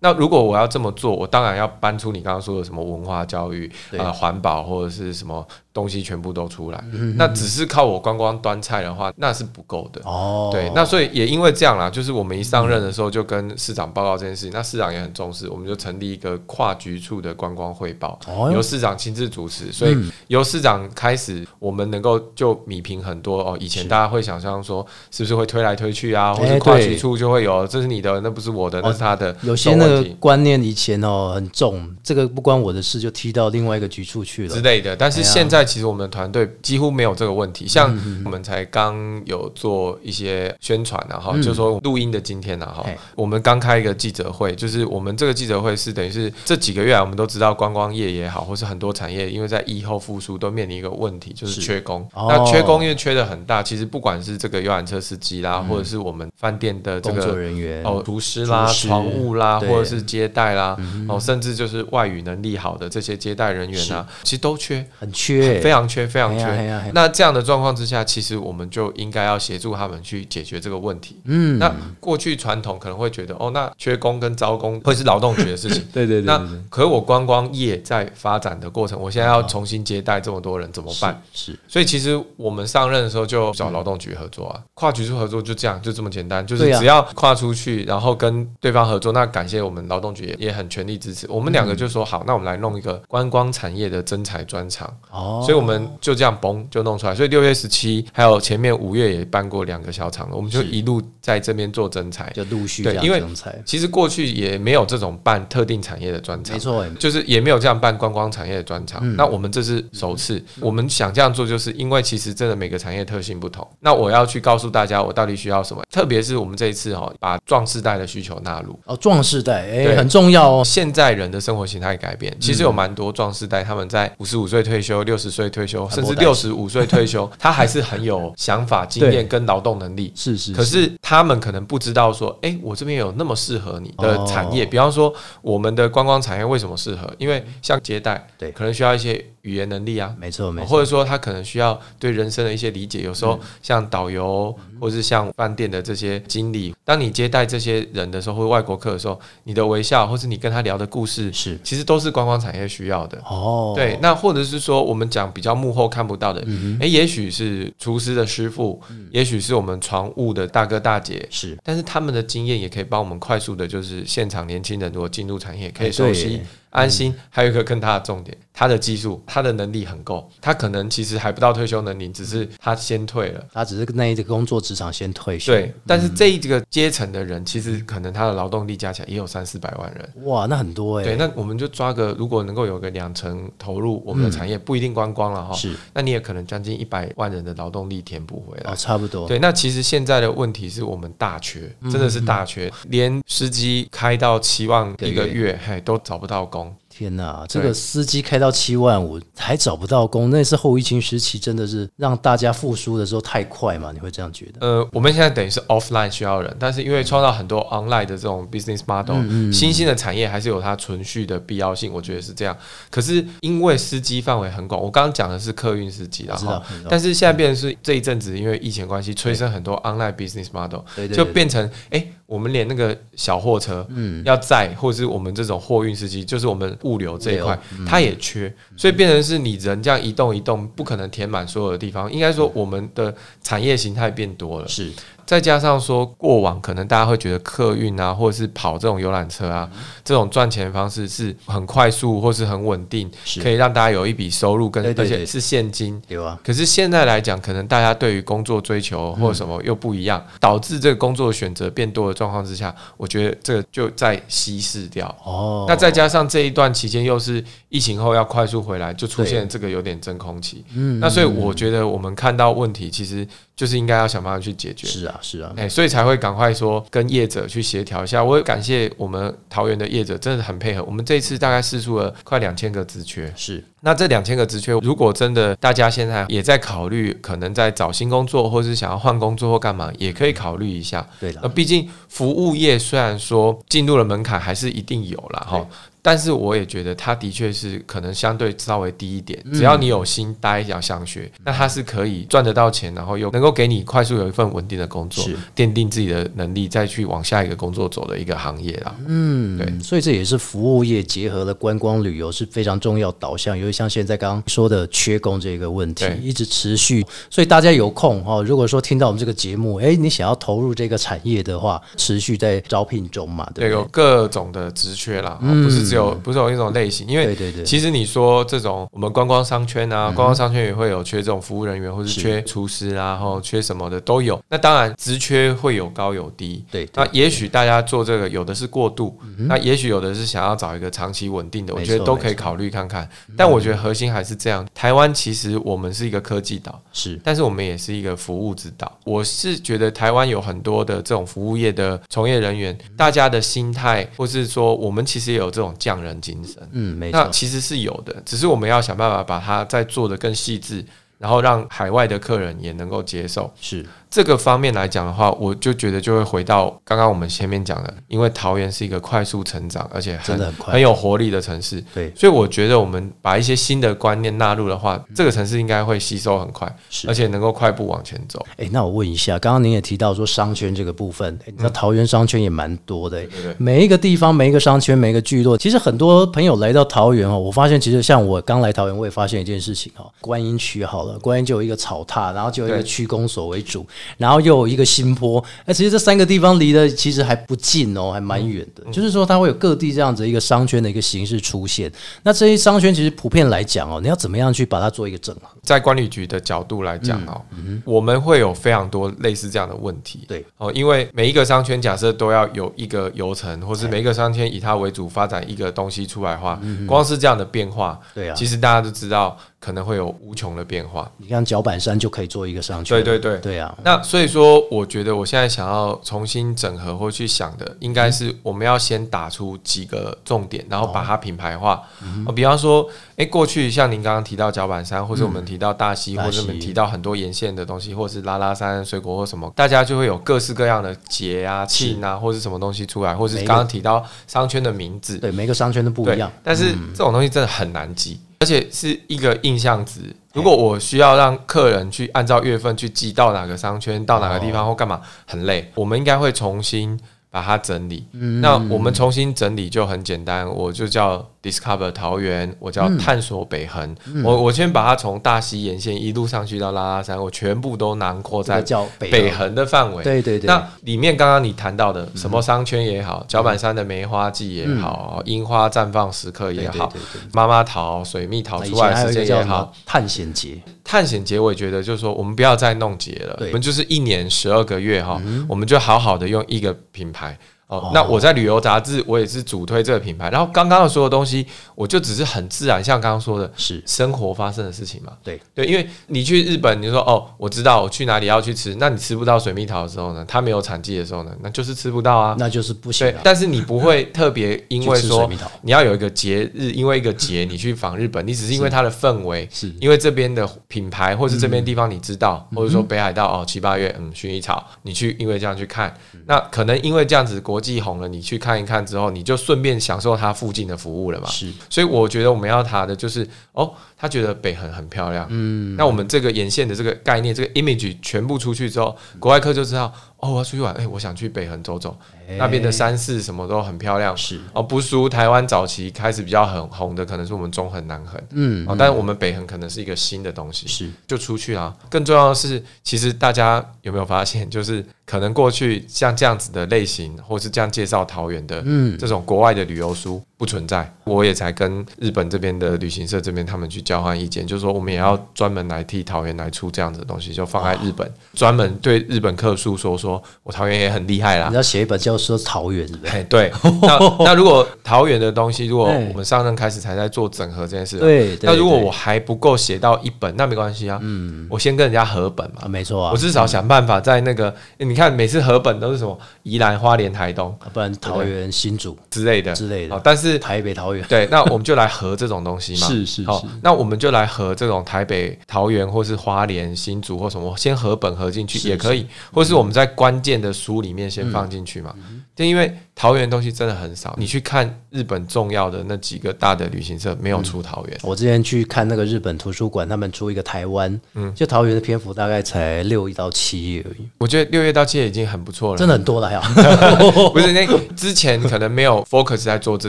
S3: 那如果我要这么做，我当然要搬出你刚刚说的什么文化教育、
S4: 对嗯
S3: 啊环保或者是什么东西全部都出来。那只是靠我观光端菜的话，那是不够的。
S4: 哦，
S3: 对，那所以也因为这样啦，就是我们一上任的时候就跟市长报告这件事情，那市长也很重视，我们就成立一个跨局处的观光汇报，
S4: 哦哟嗯
S3: 由市长亲自主持，所以由市长开始，我们能够就米平很多哦。以前大家会想象说，是不是会推来推去啊，或
S4: 哎
S3: 是跨
S4: 对哦
S3: 局处就会有，这是你的，那不是我的，那是他的，
S4: 有些
S3: 这
S4: 那
S3: 种
S4: 个
S3: 问题
S4: 观念以前哦很重，这个不关我的事就踢到另外一个局处去
S3: 之
S4: 了。
S3: 类的。但是现在其实我们的团队几乎没有这个问题，
S4: 嗯
S3: 像我们才刚有做一些宣传啊，哈，就说录音的今天啊，哈
S4: 嗯嘿，
S3: 我们刚开一个记者会，就是我们这个记者会是等于是这几个月来啊我们都知道观光业也好，或是很多产业，因为在疫后复苏都面临一个问题，就是缺工。
S4: 哦
S3: 那缺工因为缺的很大，其实不管是这个游览车司机啦，或者是我们饭店的这
S4: 嗯工作
S3: 个。
S4: 人员
S3: 哦，厨师啦、
S4: 厨师
S3: 船务啦，
S4: 对嗯
S3: 或者是接待啦，哦，甚至就是外语能力好的这些接待人员啊，其实都缺，
S4: 很缺，
S3: 非常缺，非常缺。
S4: 哎呀哎呀哎呀
S3: 那这样的状况之下，其实我们就应该要协助他们去解决这个问题。
S4: 嗯，。
S3: 那过去传统可能会觉得，哦，那缺工跟招工会是劳动局的事情
S4: 对对对
S3: 那
S4: 对对啊
S3: 可我观光业在发展的过程，我现在要重新接待这么多人怎么办？
S4: 是嗯
S3: 所以其实我们上任的时候就找劳动局合作啊，跨局处合作就这样，就这么简单，就是
S4: 对啊
S3: 只要跨出去，然后跟对方合作，那感谢我们劳动局也也很全力支持。我们两
S4: 嗯
S3: 个就说好，那我们来弄一个观光产业的征才专场，
S4: 哦，
S3: 所以我们就这样嘣就弄出来。所以六月十七还有前面五月也办过两个小场了，我们就是一路在这边做征才。
S4: 就陆续
S3: 对
S4: 这样
S3: 因为
S4: 成才，
S3: 其实过去也没有这种办特定产业的专场
S4: 没，错，哎
S3: 就是也没有这样办观光产业的专场。那我们这是首次，我们想这样做，就是因为其实真的每个产业特性不同。那我要去告诉大家，我到底需要什么，特别是我们这一次哈、哦，把壮世代的需求纳入。
S4: 哦，壮士代哎
S3: 对
S4: 很重要哦，
S3: 现在人的生活形态改变，其实有蛮多壮世代，他们在五十五岁退休、六十岁退休，甚至
S4: 还不
S3: 六十五岁退休，他还是很有想法、经验跟劳动能力。
S4: 是是，
S3: 可是他们可能不知道说，诶，我这边有那么适合你
S4: 哦
S3: 的产业，比方说我们的观光产业为什么适合？因为像接待，
S4: 嗯对
S3: 可能需要一些语言能力啊，
S4: 没错嗯没错，
S3: 或者说他可能需要对人生的一些理解。有时候像导游，
S4: 嗯
S3: 或是像饭店的这些经理，当你接待这些人的时候，或外国客的时候，你的微笑，或是你跟他聊的故事，
S4: 是
S3: 其实都是观光产业需要的。
S4: 哦，
S3: 对，那或者是说我们讲比较幕后看不到的，诶，
S4: 嗯
S3: 也许是厨师的师傅，也许是我们船务的大哥大姐。
S4: 是
S3: 但是他们的经验也可以帮我们快速的，就是现场年轻人如果进入产业，可
S4: 哎
S3: 以熟
S4: 对
S3: 悉
S4: 耶、嗯
S3: 安心。还有一个更大的重点，他的技术、他的能力很够，他可能其实还不到退休能龄，只是他先退了。
S4: 他只是那一个工作职场先退休，
S3: 对，但是这一个阶层的人，其实可能他的劳动力加起来也有三四百万人。
S4: 哇，那很多哎，
S3: 对，那我们就抓个，如果能够有个两成投入我们的
S4: 嗯
S3: 产业，不一定观光了哈。
S4: 是
S3: 那你也可能将近一百万人的劳动力填补回来
S4: 哦，。嗯差不多，
S3: 对，那其实现在的问题是我们大缺，真的是大缺，连司机开到七万一个
S4: 一个
S3: 月，嘿，都找不到工。
S4: 天哪，这个
S3: 对
S4: 司机开到七万五还找不到工，那是后疫情时期，真的是让大家复苏的时候太快嘛？你会这样觉得？
S3: 呃，我们现在等于是 offline 需要人，但是因为创造很多 online 的这种 business
S4: 嗯
S3: model，、新兴的产业还是有它存续的必要性，我觉得是这样。可是因为司机范围很广，我刚刚讲的是客运司机啦，
S4: 知道
S3: 哈
S4: 知道
S3: 但是现在变成是这一阵子因为疫情关系，催生很多 online business model，
S4: 对对对嗯
S3: 就变成哎、诶我们连那个小货车，要载或者是我们这种货运司机，就是我们物流这一块，
S4: 嗯
S3: 它也缺，所以变成是你人这样移动移动，不可能填满所有的地方。应该说我们的产业形态变多了，
S4: 是
S3: 再加上说过往可能大家会觉得客运啊，或者是跑这种游览车啊，
S4: 嗯
S3: 这种赚钱方式是很快速或是很稳定，
S4: 是
S3: 可以让大家有一笔收入跟，
S4: 对对
S3: 而且
S4: 对
S3: 是现金。
S4: 有啊，
S3: 可是现在来讲，可能大家对于工作追
S4: 嗯
S3: 求或什么又不一样，导致这个工作选择变多的状况之下，我觉得这个就在稀释掉。
S4: 哦，
S3: 那再加上这一段期间又是疫情后要快速回来，就出
S4: 对
S3: 现这个有点真空期。那所以我觉得我们看到问题，其实就是应该要想办法去解决。
S4: 是啊是啊，
S3: 哎、所以才会赶快说跟业者去协调一下。我也感谢我们桃园的业者，真的很配合。我们这一次大概试出了快两千个职缺，
S4: 是
S3: 那这两千个职缺，如果真的大家现在也在考虑，可能在找新工作，或是想要换工作或干嘛，也可以考虑一下。
S4: 对
S3: 那
S4: 了，
S3: 毕竟服务业虽然说进入了门槛，还是一定有啦。哈。但是我也觉得它的确是可能相对稍微低一点，
S4: 嗯
S3: 只要你有心待想想学，那它是可以赚得到钱，然后又能够给你快速有一份稳定的工作
S4: 是，
S3: 奠定自己的能力，再去往下一个工作走的一个行业啦。
S4: 嗯，
S3: 对
S4: 所以这也是服务业结合了观光旅游是非常重要导向，尤其像现在刚刚说的缺工这个问题
S3: 对
S4: 一直持续，所以大家有空哈、哦，如果说听到我们这个节目，哎，你想要投入这个产业的话，持续在招聘中嘛，对
S3: 对，
S4: 嗯不
S3: 有
S4: 对？
S3: 各种的职缺啦，不是只有不是有一种类型，因为
S4: 对对对
S3: 其实你说这种我们观光商圈
S4: 嗯
S3: 啊，观光商圈也会有缺这种服务人员，或是缺厨师啊，然后缺什么的都有。那当然职缺会有高有低，
S4: 对对嗯
S3: 那也许大家做这个有的是过渡，那也许有的是想要找一个长期稳定的，我
S4: 没
S3: 觉得
S4: 错嗯
S3: 都
S4: 没
S3: 可以考虑看看。但我觉得核心还是这样，台湾其实我们是一个科技岛，
S4: 是
S3: 但是我们也是一个服务之岛。我是觉得台湾有很多的这种服务业的从业人员，
S4: 嗯
S3: 大家的心态，或是说我们其实也有这种匠人精神，
S4: 嗯，没
S3: 那
S4: 错，
S3: 其实是有的，只是我们要想办法把它再做得更细致，然后让海外的客人也能够接受。
S4: 是
S3: 这个方面来讲的话，我就觉得就会回到刚刚我们前面讲的，因为桃园是一个快速成长，而且
S4: 真
S3: 很
S4: 的很快
S3: 有活力的城市。
S4: 对
S3: 所以我觉得我们把一些新的观念纳入的话，这个城市应该会吸收很快，
S4: 嗯是
S3: 而且能够快步往前走。
S4: 哎，那我问一下，刚刚您也提到说商圈这个部分，诶你知道桃园商圈也蛮多的、诶
S3: 嗯对
S4: 每一个地方、每一个商圈、每一个聚落，其实很多朋友来到桃园哦，我发现其实像我刚来桃园，我也发现一件事情哦，观音区好了，观音就有一个草踏，然后就有一个
S3: 对
S4: 区公所为主，然后又有一个新坡，哎，其实这三个地方离得其实还不近哦，还蛮远的，
S3: 嗯
S4: 就是说它会有各地这样子一个商圈的一个形式出现。那这些商圈其实普遍来讲哦，你要怎么样去把它做一个整合？
S3: 在管理局的角度来
S4: 嗯
S3: 讲哦，我们会有非常多类似这样的问题。
S4: 对
S3: 哦，因为每一个商圈假设都要有一个游程，或
S4: 哎
S3: 是每一个商圈以它为主发展一个东西出来的话，光是这样的变化，
S4: 嗯对啊
S3: 其实大家都知道可能会有无穷的变化。
S4: 你看脚板山就可以做一个商圈，
S3: 对对对。
S4: 对啊，
S3: 那所以说，我觉得我现在想要重新整合或去想的，应该是我们要先打出几个重点，然后把它品牌化。哦比方说，诶，过去像您刚刚提到脚板山，或者我们提到大溪，
S4: 大
S3: 或者我们提到很多沿线的东西，或是拉拉山水果或什么，大家就会有各式各样的节啊、庆啊，或是什么东西出来，或是
S4: 每一个
S3: 刚刚提到商圈的名字，
S4: 对，每个商圈都不
S3: 对，
S4: 一样。嗯
S3: 但是这种东西真的很难记，而且是一个印象值。如果我需要让客人去按照月份去记到哪个商圈、到哪个地方或干嘛，很累。
S4: 嗯
S3: 我们应该会重新把它整理。那我们重新整理就很简单，我就叫 Discover 桃园，我
S4: 嗯
S3: 叫探索北横。我我先把它从大溪沿线一路上去到拉拉山，我全部都囊括
S4: 这个
S3: 在
S4: 叫北横
S3: 北横的范围。
S4: 对对嗯对，
S3: 那里面刚刚你谈到的什么商圈也好，脚板山的梅花季也好，樱花绽放时刻也好
S4: 嗯对对对，
S3: 妈妈桃、水蜜桃
S4: 那以
S3: 出
S4: 前还
S3: 来
S4: 有
S3: 时
S4: 一个
S3: 间
S4: 叫
S3: 也
S4: 什么
S3: 好，
S4: 探险节，
S3: 探险节我也觉得就是说，我们不要再弄节了，
S4: 对嗯
S3: 我们就是一年十二个月哈，我们就好好的用一个品牌。哦，那我在旅游杂志我也是主推这个品牌。然后刚刚的所有东西，我就只是很自然，像刚刚说的，
S4: 是
S3: 生活发生的事情嘛。
S4: 对
S3: 对，因为你去日本，你说哦，我知道我去哪里要去吃，那你吃不到水蜜桃的时候呢，它没有产季的时候呢，那就是吃不到啊。
S4: 那就是不行
S3: 对
S4: 了，。
S3: 但是你不会特别因为
S4: 去吃水
S3: 说
S4: 蜜桃
S3: 你要有一个节日，因为一个节你去访日本，你只是因为它的氛围，
S4: 是嗯
S3: 因为这边的品牌或是这边地方你知道，或者说北海道哦七八月嗯薰衣草，你去因为这样去看，
S4: 嗯
S3: 那可能因为这样子国际红了，你去看一看之后，你就顺便享受它附近的服务了嘛。
S4: 是
S3: 所以我觉得我们要谈的就是哦，他觉得北横很漂亮，嗯，那我们这个沿线的这个概念，这个 image 全部出去之后，
S4: 嗯
S3: 国外客就知道哦，我要出去玩，哎、我想去北横走走，那边的山市什么都很漂亮，
S4: 哎是
S3: 哦，不输台湾早期开始比较很红的，可能是我们中横、南横，
S4: 嗯
S3: 哦，但是我们北横可能是一个新的东西，
S4: 是
S3: 就出去啦。更重要的是，其实大家有没有发现， *laughs* 就是可能过去像这样子的类型，或是这样介绍桃园的，嗯，这种国外的旅游书不存在。我也才跟日本这边的旅行社这边他们去交换意见，就是说我们也要专门来替桃园来出这样子的东西，就放在日本，专门对日本客诉说，说我桃园也很厉害啦
S4: 你。要写一本叫做《桃园》，是不是？
S3: 哎，对，
S4: *laughs*
S3: 那那如果桃园的东西，如果
S4: 哎
S3: 我们上任开始才在做整合这件事，
S4: 对对
S3: 那如果
S4: 对
S3: 我还不够写到一本，那没关系啊，嗯，我先跟人家合本嘛
S4: 啊，，没错啊
S3: 我，至少想办法在那个，你看每次合本都是什么宜兰、花莲、台东
S4: 啊不然桃园、新竹、
S3: 之类的
S4: 之类的
S3: 好但是
S4: 台北、桃园，
S3: 对，那我们就来合这种东西嘛，
S4: *laughs* 是是
S3: 好
S4: 是，
S3: 那我们就来合这种台北、桃园或是花莲、新竹或什么，先合本合进去也可以，或
S4: 嗯
S3: 是我们在关键的书里面先放进去嘛。就因为桃园的东西真的很少，
S4: 嗯
S3: 你去看日本重要的那几个大的旅行社没
S4: 嗯
S3: 有出桃园，
S4: 我之前去看那个日本图书馆，他们出一个台湾，嗯，就桃园的篇幅大概才六到七页而已，
S3: 我觉得六月到七月已经很不错了，
S4: 真的很多了呀。
S3: *laughs* 不是那之前可能没有 focus 在做这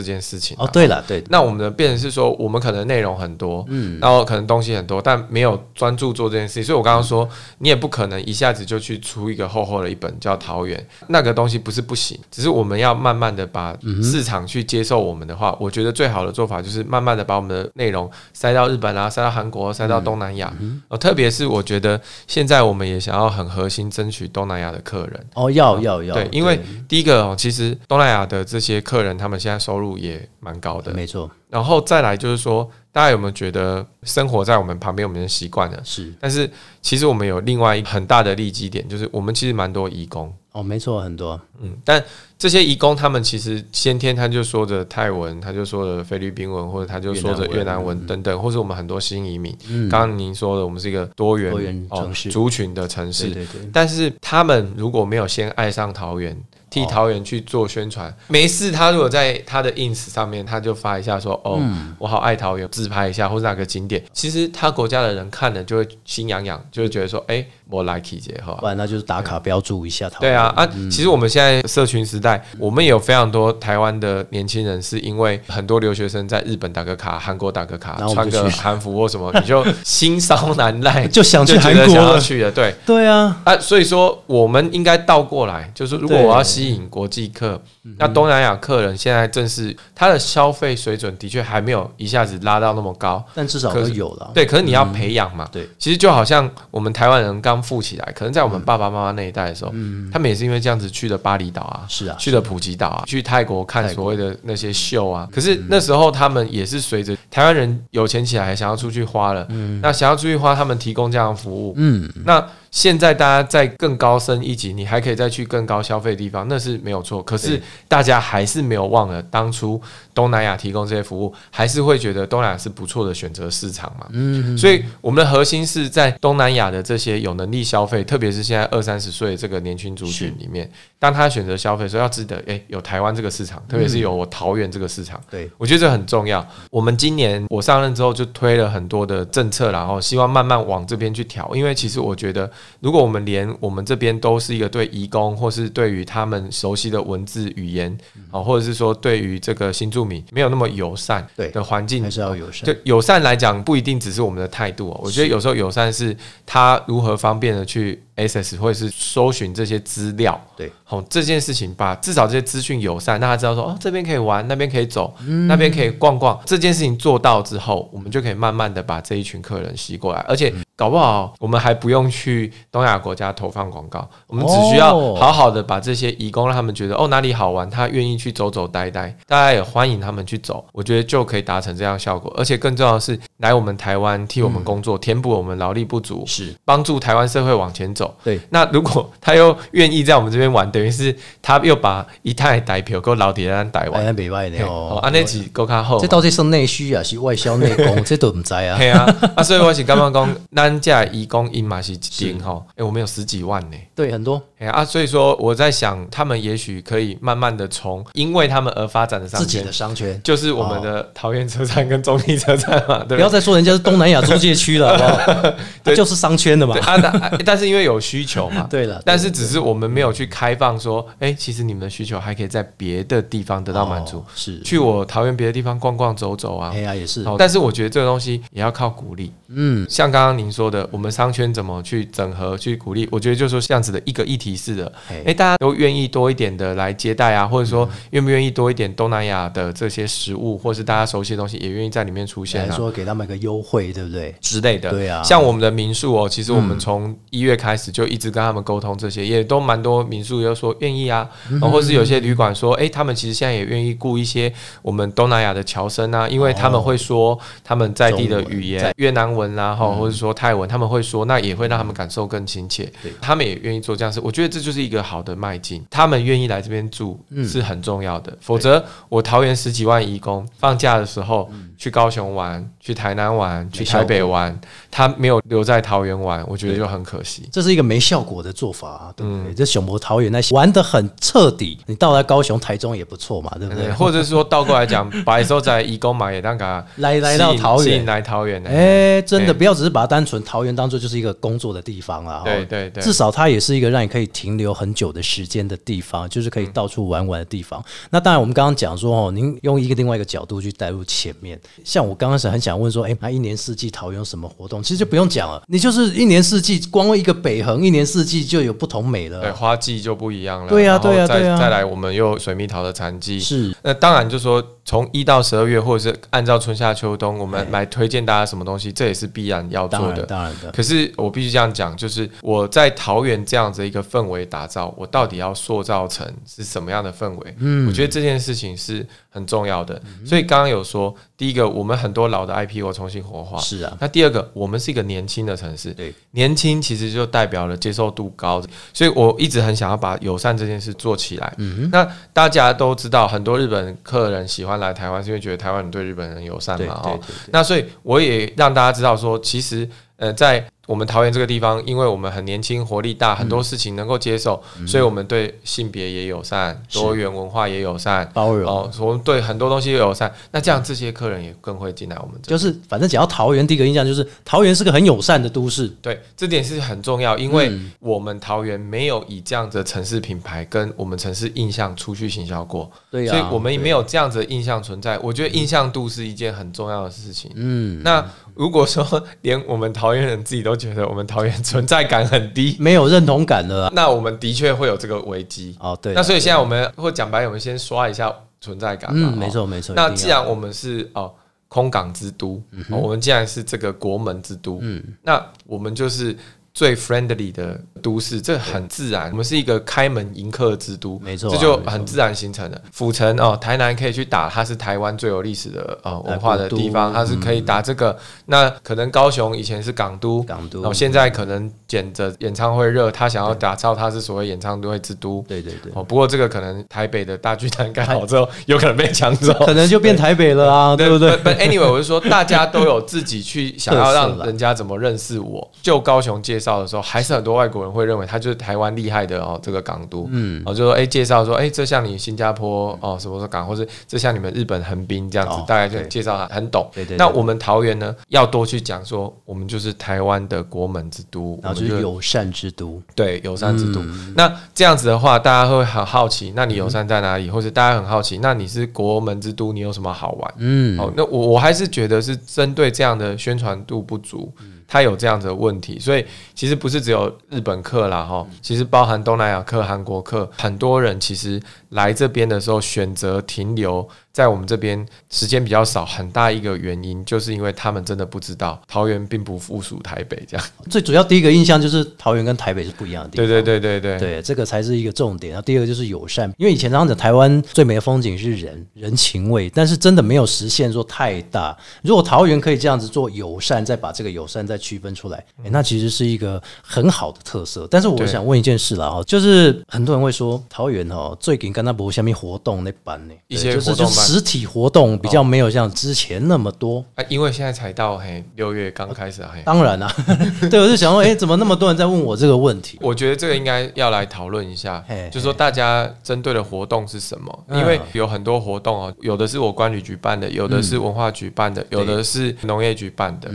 S3: 件事情啊、
S4: 哦，对了，对，
S3: 那我们的变成是说，我们可能内容很多，嗯，然后可能东西很多，但没有专注做这件事情。所以我刚刚说，你也不可能一下子就去出一个厚厚的一本叫《桃园》，那个东西不是不行，只是我们要慢慢的把市场去接受我们的话，我觉得最好的做法就是慢慢的把我们的内容塞到日本啊，塞到韩国，塞到东南亚。哦，特别是我觉得现在我们也想要很核心争取东南亚的客人。
S4: 哦，要要要，
S3: 对，因为第一个哦，其实东南亚的这些客人，他们现在收入也蛮高的
S4: 对，没错，
S3: 然后再来就是说，大家有没有觉得生活在我们旁边，我们已经习惯了？
S4: 是
S3: 但是其实我们有另外一个很大的利基点，就是我们其实蛮多移工，
S4: 哦，没错，很多
S3: 嗯，但这些移工他们其实先天他就说着泰文，他就说着菲律宾文，或者他就说着
S4: 越南文嗯
S3: 越南文等等，或是我们很多新移民。刚刚您说的，我们是一个多元
S4: 多元城市
S3: 哦、族群的城市，
S4: 对对对
S3: 但是他们如果没有先爱上桃园，
S4: 哦
S3: 替桃园去做宣传，没事，他如果在他的 ins 上面，他就发一下说：“哦，
S4: 嗯
S3: 我好爱桃园，自拍一下，或是哪个景点。”其实他国家的人看了就会心痒痒，就会觉得说：“哎、我来 k 姐哈。
S4: 不”然那嗯就是打卡标注一下桃园。
S3: 对啊，啊，其实我们现在社群时代，我们也有非常多台湾的年轻人，是因为很多留学生在日本打个卡，韩国打个卡
S4: 然后，我
S3: 穿
S4: 们就
S3: 个
S4: 去
S3: 韩服或什么，你就心捎难
S4: *laughs*
S3: 耐，
S4: 就想去
S3: 觉得
S4: 韩国
S3: 想要
S4: 了
S3: 去了，对。
S4: 对啊，
S3: 啊，所以说我们应该倒过来，就是如果
S4: 对
S3: 我要吸引国际客，那东南亚客人现在正是他的消费水准的确还没有一下子拉到那么高，
S4: 但至少
S3: 可
S4: 都
S3: 是
S4: 有了。嗯
S3: 对，可是你要培养嘛，
S4: 对，嗯
S3: 其实就好像我们台湾人刚富起来，可能在我们爸爸妈妈那一代的时候，他们也是因为这样子去了巴厘岛啊，
S4: 是啊
S3: 去了普吉岛啊，去泰国看
S4: 泰国嗯
S3: 所谓的那些秀啊。可是那时候他们也是随着台湾人有钱起来，想要出去花了，那想要出去花，他们提供这样的服务，
S4: 嗯，
S3: 那现在大家在更高升一级，你还可以再去更高消费的地方，那是没有错。可是大家还是没有忘了当初东南亚提供这些服务，还是会觉得东南亚是不错的选择市场嘛。嗯，所以我们的核心是在东南亚的这些有能力消费，特别是现在二三十岁这个年轻族群里面，当他选择消费的时候，要记得，诶，有台湾这个市场，特别是有我桃园这个市场。
S4: 对，
S3: 我觉得这很重要。我们今年我上任之后就推了很多的政策啦，然后希望慢慢往这边去调。因为其实我觉得，如果我们连我们这边都是一个对移工或是对于他们熟悉的文字语言啊，或者是说对于这个新住民没有那么友善
S4: 对
S3: 的环境
S4: 还，是要友善
S3: 就。友善来讲，不一定只是我们的态度、哦。我觉得有时候友善是他如何方便的去 access 或者是搜寻这些资料。
S4: 对，
S3: 好、这件事情把至少这些资讯友善，让他知道说哦，这边可以玩，那边可以走，
S4: 嗯
S3: 那
S4: 嗯
S3: 边可以逛逛。这件事情做到之后，我们就可以慢慢的把这一群客人吸过来。而且搞不好我们还不用去东亚国家投放广告，我们只需要
S4: 哦
S3: 好好的把这些移工让他们觉得哦哪里好玩，他愿意去走走待待，大家也欢迎他们去走，我觉得就可以达成这样的效果。而且更重要的是，来我们台湾替我们工作，填补我们劳力不足，
S4: 是
S3: 帮助台湾社会往前走。
S4: 对，
S3: 那如果他又愿意在我们这边玩，等于是他又把一太台票跟老铁人台
S4: 哎，
S3: 湾，
S4: 那袂歹呢
S3: 哦
S4: 哦，，
S3: 安那几够较好嘛。
S4: 这到底算内需啊，是外销内
S3: *laughs*
S4: 功，这都唔知啊。
S3: 嘿啊，啊，所以我是感觉讲，咱家义工因嘛是一定吼，哎、我们有十几万呢、
S4: 对，很多
S3: 哎啊，所以说我在想，他们也许可以慢慢的从因为他们而发展的商
S4: 自己
S3: 圈
S4: 的，哦商圈，
S3: 就是我们的桃园车站跟中立车站嘛，对
S4: 不要
S3: 不对？
S4: 再说人家是东南亚租界区了，好不好？它就是商圈的嘛哦
S3: *laughs* 对。啊，但啊但是因为有需求嘛，
S4: *laughs* 对了
S3: 但是只是我们没有去开放说，哎、其实你们的需求还可以在别的地方得到满足，
S4: 哦是
S3: 去我桃园别的地方逛逛走走啊，
S4: 哎呀，也是，
S3: 好，但是我觉得这个东西也要靠鼓励。嗯，像刚刚您说的，我们商圈怎么去整合、去鼓励？我觉得就是说这样子的一个议题式的，
S4: 嘿嗯
S3: 哎、大家都愿意多一点的来接待啊，或者说愿不愿意多一点东南亚的这些食物，或是大家熟悉的东西，也愿意在里面出现
S4: 来
S3: 啊。
S4: 说给他们一个优惠，对不对？
S3: 之类的，
S4: 对啊嗯
S3: 像我们的民宿哦，其实我们从一月开始就一直跟他们沟通这些，也都蛮多民宿又说愿意啊，
S4: 嗯
S3: 然后或是有些旅馆说，哎，他们其实现在也愿意雇一些我们东南亚的侨生啊，因为他
S4: 哦
S3: 们会说他们在地的语
S4: 中
S3: 言
S4: 文，嗯
S3: 越南文啦，哈，或者说泰文，他们会说，那也会让他们感受更亲切，他们也愿意做这样事，我觉得这就是一个好的迈进，他们愿意来这边住
S4: 嗯
S3: 是很重要的，否则我桃园十几万移工放假的时候
S4: 嗯
S3: 去高雄玩，去台南玩，去台北玩，他没有留在桃园玩，我觉得就很可惜。
S4: 这是一个没效果的做法、啊，对不对？
S3: 嗯
S4: 这熊博桃园那些玩得很彻底，你到了高雄、台中也不错嘛，对不对？
S3: 对，或者是说倒过
S4: *laughs*
S3: 来讲，白收在移工嘛也让他
S4: 来来到桃园
S3: 吸引来桃园呢、
S4: 哎，真的
S3: 哎
S4: 不要只是把它单纯桃园当做就是一个工作的地方啊，
S3: 对
S4: 哦
S3: 对对
S4: 至少它也是一个让你可以停留很久的时间的地方，就是可以到处玩
S3: 嗯
S4: 玩的地方。那当然，我们刚刚讲说哦，您用一个另外一个角度去带入前面，像我刚开始很想问说，哎，那一年四季桃园有什么活动？其实就不用讲了，你就是一年四季，光为一个北横，一年四季就有不同美了
S3: 对，
S4: 啊，
S3: 花季就不一样了。
S4: 对啊
S3: 然后
S4: 对啊
S3: 再
S4: 对啊
S3: 再来，我们又有水蜜桃的产季。
S4: 是
S3: 那当然就说从一到十二月，或者是按照春夏秋冬，我们来推荐大家什么东西，这也是必然要
S4: 哎当
S3: 做
S4: 然
S3: 的。
S4: 当然的。
S3: 可是我必须这样讲，就是我在桃园这样子一个氛围打造，我到底要塑造成是什么样的氛围？嗯，我觉得这件事情是很重要的。
S4: 嗯
S3: 所以刚刚有说，第一个，我们很多老的 IP 我重新活化，
S4: 是啊，
S3: 那第二个，我们是一个年轻的城市，
S4: 对，
S3: 年轻其实就代表了接受度高，所以我一直很想要把友善这件事做起来。
S4: 嗯
S3: 那大家都知道，很多日本客人喜欢来台湾，是因为觉得台湾人对日本人友善
S4: 对
S3: 嘛，
S4: 对
S3: 哦
S4: 对，
S3: 那所以我也让大家知道说，其实呃，在我们桃园这个地方，因为我们很年轻，活力
S4: 嗯
S3: 大，很多事情能够接受，所以我们对性别也友善，多元文化也友善，
S4: 包容
S3: 哦，我们对很多东西也友善。那这样这些客人也更会进来我们这
S4: 就
S3: 边。
S4: 是反正讲到桃园，第一个印象就是桃园是个很友善的都市，
S3: 对，这点是很重要，因为
S4: 嗯
S3: 我们桃园没有以这样的城市品牌跟我们城市印象出去行销过，
S4: 对啊
S3: 所以我们也没有这样子的印象存在。我觉得印象度是一件很重要的事情。嗯，那如果说连我们桃园人自己都觉得我们桃园存在感很低，
S4: 没有认同感了啊、
S3: 那我们的确会有这个危机。
S4: 哦，对啊，
S3: 那所以
S4: 对
S3: 现在我们或讲白，我们先刷一下存在感嘛。
S4: 嗯，没
S3: 哦
S4: 错没错。
S3: 那
S4: 一定
S3: 既
S4: 要嗯
S3: 然我们是哦空港之都、哦我们既然是这个国门之都，那我们就是最 friendly 的都市，这很自然。我们是一个开门迎客之都，
S4: 没错啊
S3: 这就很自然形成的。府城哦，台南可以去打，它是台湾最有历史的呃文化的地方，
S4: 古都嗯
S3: 它是可以打这个。那可能高雄以前是港都，
S4: 港都
S3: 然后现在可能捡着演唱会热，他想要打造它是所谓演唱会之都。
S4: 对对对，
S3: 哦，不过这个可能台北的大巨蛋盖
S4: *laughs*
S3: 好之后，有可能被抢走，
S4: 可能就变台北了啊，对不对？
S3: ？But but anyway，我是说，大家都有自己去想要让人家怎么认识我。就高雄介绍的时候，还是很多外国人会认为他就是台湾厉害的哦，这个港都，嗯，哦，就说哎、诶介绍说哎、诶这像你新加坡哦什么什么港，或是这像你们日本横滨这样子，
S4: 哦
S3: 大概就
S4: 对
S3: 介绍他很懂。
S4: 对对对
S3: 那我们桃园呢，要多去讲说，我们就是台湾的国门之都，
S4: 然后
S3: 我
S4: 就
S3: 们
S4: 是友嗯善之都，
S3: 对友善之都。那这样子的话，大家会很好奇，那
S4: 嗯
S3: 你友善在哪里？或者大家很好奇，那你是国门之都，你有什么好玩？嗯，哦，那我我还是觉得是针对这样的宣传度不足，它有这样子的问题，所以其实不是只有日本客啦，哈，其实包含东南亚客、韩国客，很多人其实来这边的时候选择停留在我们这边时间比较少，很大一个原因就是因为他们真的不知道桃园并不附属台北这样。
S4: 最主要第一个印象就是桃园跟台北是不一样的地方。
S3: 对对对对对
S4: 对，这个才是一个重点。然后第二个就是友善，因为以前常常讲台湾最美的风景是人人情味，但是真的没有实现说太大。如果桃园可以这样子做友善，再把这个友善再区分出来，诶那其实是一个很好的特色。但是我
S3: 对
S4: 想问一件事啦，哈，就是很多人会说桃园哦，最近跟他不下面活动那版呢，
S3: 一
S4: 对
S3: 些
S4: 就是
S3: 活动哦
S4: 就
S3: 办
S4: 是实体活动比较没有像之前那么多。
S3: 啊，因为现在才到嘿六月刚开始啊嘿。
S4: 当然啦、 *laughs* 对，我就想说，诶，怎么那么多人在问我这个问题？
S3: 我觉得这个应该要来讨论一下
S4: 嘿，
S3: 就说大家针对的活动是什么？
S4: 嗯
S3: 因为有很多活动哦，有的是我管理局办的，有的
S4: 嗯
S3: 是文化局办的，有的是农业局办的。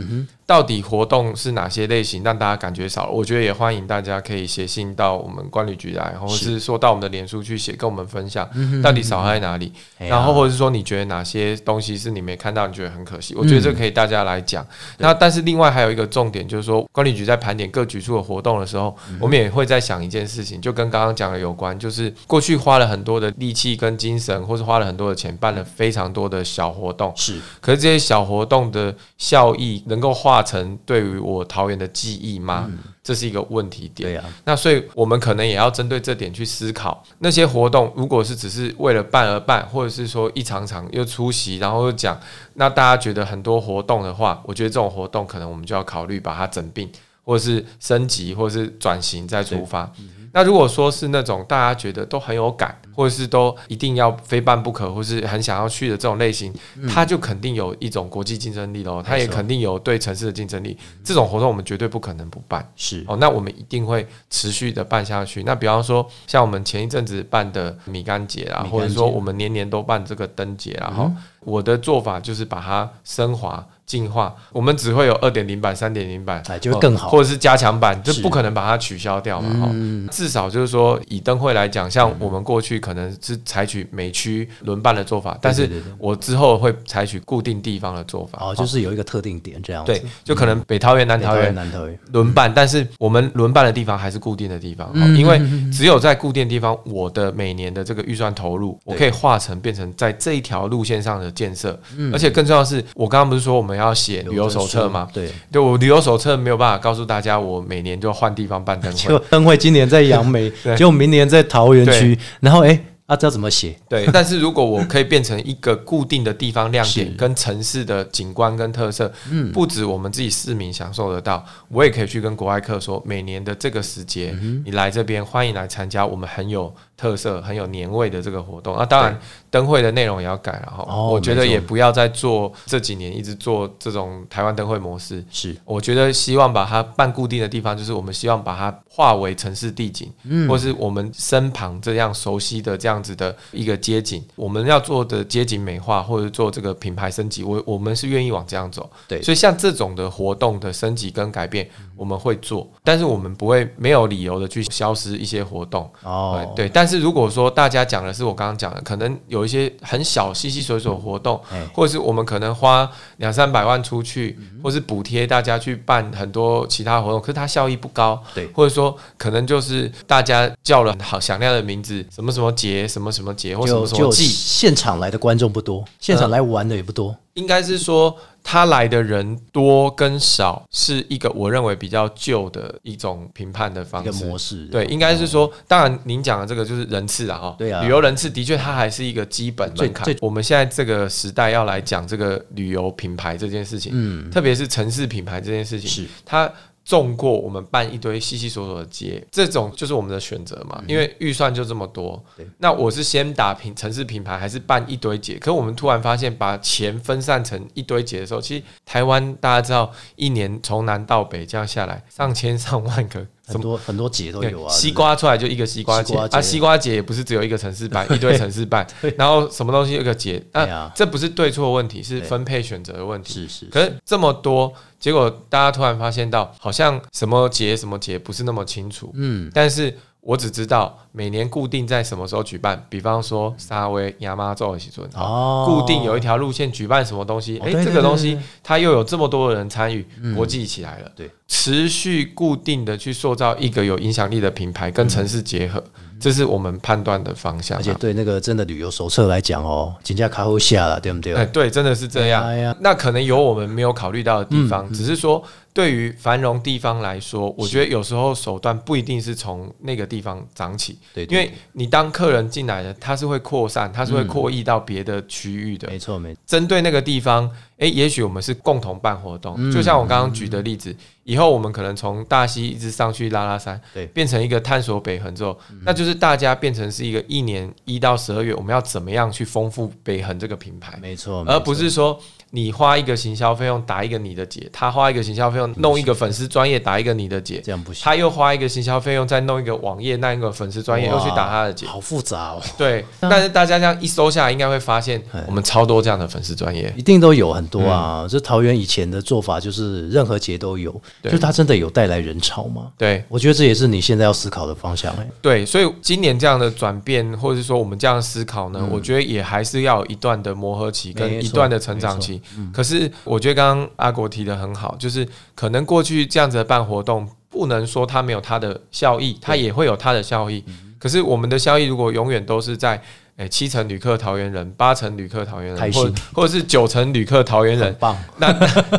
S3: 到底活动是哪些类型，让大家感觉少了？我觉得也欢迎大家可以写信到我们管理局来，或者是说到我们的脸书去写，跟我们分享
S4: 嗯
S3: 到底少在哪里。
S4: 哎呀
S3: 然后或者是说你觉得哪些东西是你没看到，你觉得很可惜，我觉得
S4: 嗯
S3: 这可以大家来讲。那但是另外还有一个重点就是说，管理局在盘点各局处的活动的时候，
S4: 嗯
S3: 我们也会在想一件事情，就跟刚刚讲的有关，就是过去花了很多的力气跟精神，或是花了很多的钱，办了非常多的小活动，
S4: 是
S3: 可是这些小活动的效益能够化成对于我桃园的记忆吗？这是一个问题
S4: 嗯
S3: 点。
S4: 对啊呀、
S3: 那所以我们可能也要针对这点去思考，那些活动如果是只是为了办而办，或者是说一场场又出席，然后又讲，那大家觉得很多活动的话，我觉得这种活动可能我们就要考虑把它整并，或者是升级，或者是转型再出发。那如果说是那种大家觉得都很有感，或者是都一定要非办不可，或是很想要去的这种类型，它就肯定有一种国际竞争力咯，它也肯定有对城市的竞争力。这种活动我们绝对不可能不办。
S4: 是，
S3: 哦，那我们一定会持续的办下去。那比方说，像我们前一阵子办的米干节啊，
S4: 米干节嗯
S3: 或者说我们年年都办这个灯节啊，哈、我的做法就是把它升华。进化，我们只会有二点零版、三点零版，
S4: 哎就会更好嗯
S3: 哦或者是加强版，就是不可能把它取消掉嘛。哈、至少就是说，以灯会来讲，像我们过去可能是采取每区轮办的做法，但是我之后会采取固定地方的做法。
S4: 哦，就是有一个特定点这样子。
S3: 对，就可能北桃园、南
S4: 北
S3: 桃园、
S4: 南桃园，
S3: 轮办，但是我们轮办的地方还是固定的地方，哦因为只有在固定地方，我的每年的这个预算投入，我可以化成变成在这一条路线上的建设，而且更重要的是，我刚刚不是说我们要写旅游手册吗？
S4: 对，
S3: 对我旅游手册没有办法告诉大家，我每年就换地方办灯
S4: 就
S3: 会，
S4: 灯会今年在杨 *laughs* 梅，
S3: 对
S4: 就明年在桃园区，然后哎，啊，这要怎么写？
S3: 对，但是如果我可以变成一个固定的地方亮
S4: 是
S3: 点，跟城市的景观跟特色，不止我们自己市民享受得到，我也可以去跟国外客说，每年的这个时节，你来这边，欢迎来参加我们很有特色、很有年味的这个活动。啊，当然，灯会的内容也要改了哈。
S4: 哦
S3: 我觉
S4: 没
S3: 得
S4: 错
S3: 也不要再做这几年一直做这种台湾灯会模式，
S4: 是
S3: 我觉得希望把它办固定的地方，就是我们希望把它化为城市地景，
S4: 嗯
S3: 或是我们身旁这样熟悉的这样子的一个街景。我们要做的街景美化，或者做这个品牌升级，我我们是愿意往这样走。
S4: 对嗯
S3: 所以像这种的活动的升级跟改变，我们会做，但是我们不会没有理由的去消失一些活动。
S4: 哦，
S3: 对，但是如果说大家讲的是我刚刚讲的，可能有一些很小、细细碎碎的活动，
S4: 哎嗯
S3: 或者是我们可能花两三百万出去，或是补贴大家去办很多其他活动，可是它效益不高，
S4: 对
S3: 或者说可能就是大家叫了好响亮的名字，什么什么节、什么什么节或什
S4: 就
S3: 么什么
S4: 就
S3: 季，
S4: 现场来的观众不多，现
S3: 嗯
S4: 场来玩的也不多，
S3: 应该是说他来的人多跟少是一个我认为比较旧的一种评判的
S4: 一
S3: 方
S4: 个
S3: 式
S4: 模。式。
S3: 对，应该是说，当然您讲的这个就是人次啊，哈，
S4: 哦对啊
S3: 旅游人次的确它还是一个基本门槛
S4: 最最。
S3: 我们现在这个时代要来讲这个旅游品牌这件事情，
S4: 嗯
S3: 特别是城市品牌这件事情，
S4: 是
S3: 它。重过我们办一堆细细琐琐的街，这种就是我们的选择嘛，因为预算就这么多
S4: 嗯对。
S3: 那我是先打品城市品牌，还是办一堆节？可我们突然发现，把钱分散成一堆节的时候，其实台湾大家知道，一年从南到北这样下来，上千上万个什
S4: 很
S3: 么
S4: 多很多节都
S3: 对，
S4: 有啊，
S3: 西瓜出来就一个西瓜节
S4: 西瓜节
S3: 啊，西瓜节也不是只有一个城市
S4: *laughs*
S3: 办，一堆城市办，然后什么东西有一个节，那、
S4: 对啊
S3: 这不是对错问题，是
S4: 对
S3: 分配选择的问
S4: 对不
S3: 题。
S4: 对，是是，
S3: 可是这么多，结果大家突然发现到，好像什么节什么节不是那么清楚，
S4: 嗯，
S3: 但是我只知道每年固定在什么时候举办，比方说沙威亚妈州的喜村，
S4: 哦
S3: 固定有一条路线举办什么东西，
S4: 哦
S3: 哎、
S4: 对
S3: 这
S4: 对
S3: 个东
S4: 对
S3: 西
S4: 对
S3: 它又有这么多的人参与，国际起来了，
S4: 嗯对，
S3: 持续固定的去塑造一个有影响力的品牌，跟城市结合，这是我们判断的方向、
S4: 嗯
S3: 啊。
S4: 而且对那个真的旅游手册来讲哦，金价卡后下了，对不对？
S3: 哎，对，真的是这样。
S4: 哎呀
S3: 那可能有我们没有考虑到的地方，
S4: 嗯
S3: 只是说对于繁荣地方来说，我觉得有时候手段不一定是从那个地方长起，
S4: 对嗯
S3: 因
S4: 对
S3: 为你当客人进来了，他是会扩散，他是会扩溢到别的区域的。
S4: 没错没错，
S3: 针对那个地方，诶，也许我们是共同办活动，
S4: 嗯
S3: 就像我刚刚举的例子，以后我们可能从大溪一直上去拉拉山，
S4: 对嗯
S3: 变成一个探索北横之后，那就是大家变成是一个一年一到十二月，我们要怎么样去丰富北横这个品牌？
S4: 没错，
S3: 而不
S4: 没
S3: 是说你花一个行销费用打一个你的结，他花一个行销费用弄一个粉丝专业打一个你的结
S4: 错，这样不行，
S3: 他又花一个行销费用再弄一个网页那一个粉丝专业又去打他的结
S4: 哇，好复杂哦，
S3: 对。但是大家这样一搜下来，应该会发现
S4: 嗯
S3: 我们超多这样的粉丝专业，
S4: 一定都有很多
S3: 嗯
S4: 啊。这桃园以前的做法就是任何节都有，
S3: 对
S4: 就它真的有带来人潮吗？
S3: 对
S4: 我觉得这也是你现在要思考的方向哎、
S3: 对。所以今年这样的转变，或者是说我们这样的思考呢，我觉得也还是要有一段的磨合期
S4: 嗯没
S3: 跟
S4: 错嗯
S3: 一段的成长期。可是我觉得刚刚阿国提的很好，就是可能过去这样子的办活动，不能说它没有它的效益，它也会有它的效
S4: 嗯
S3: 益。可是我们的效益如果永远都是在诶七成旅客桃园人，八成旅客桃园
S4: 开
S3: 人，
S4: 心
S3: 或者或者是九成旅客桃园
S4: 很
S3: 人，
S4: 棒，
S3: 那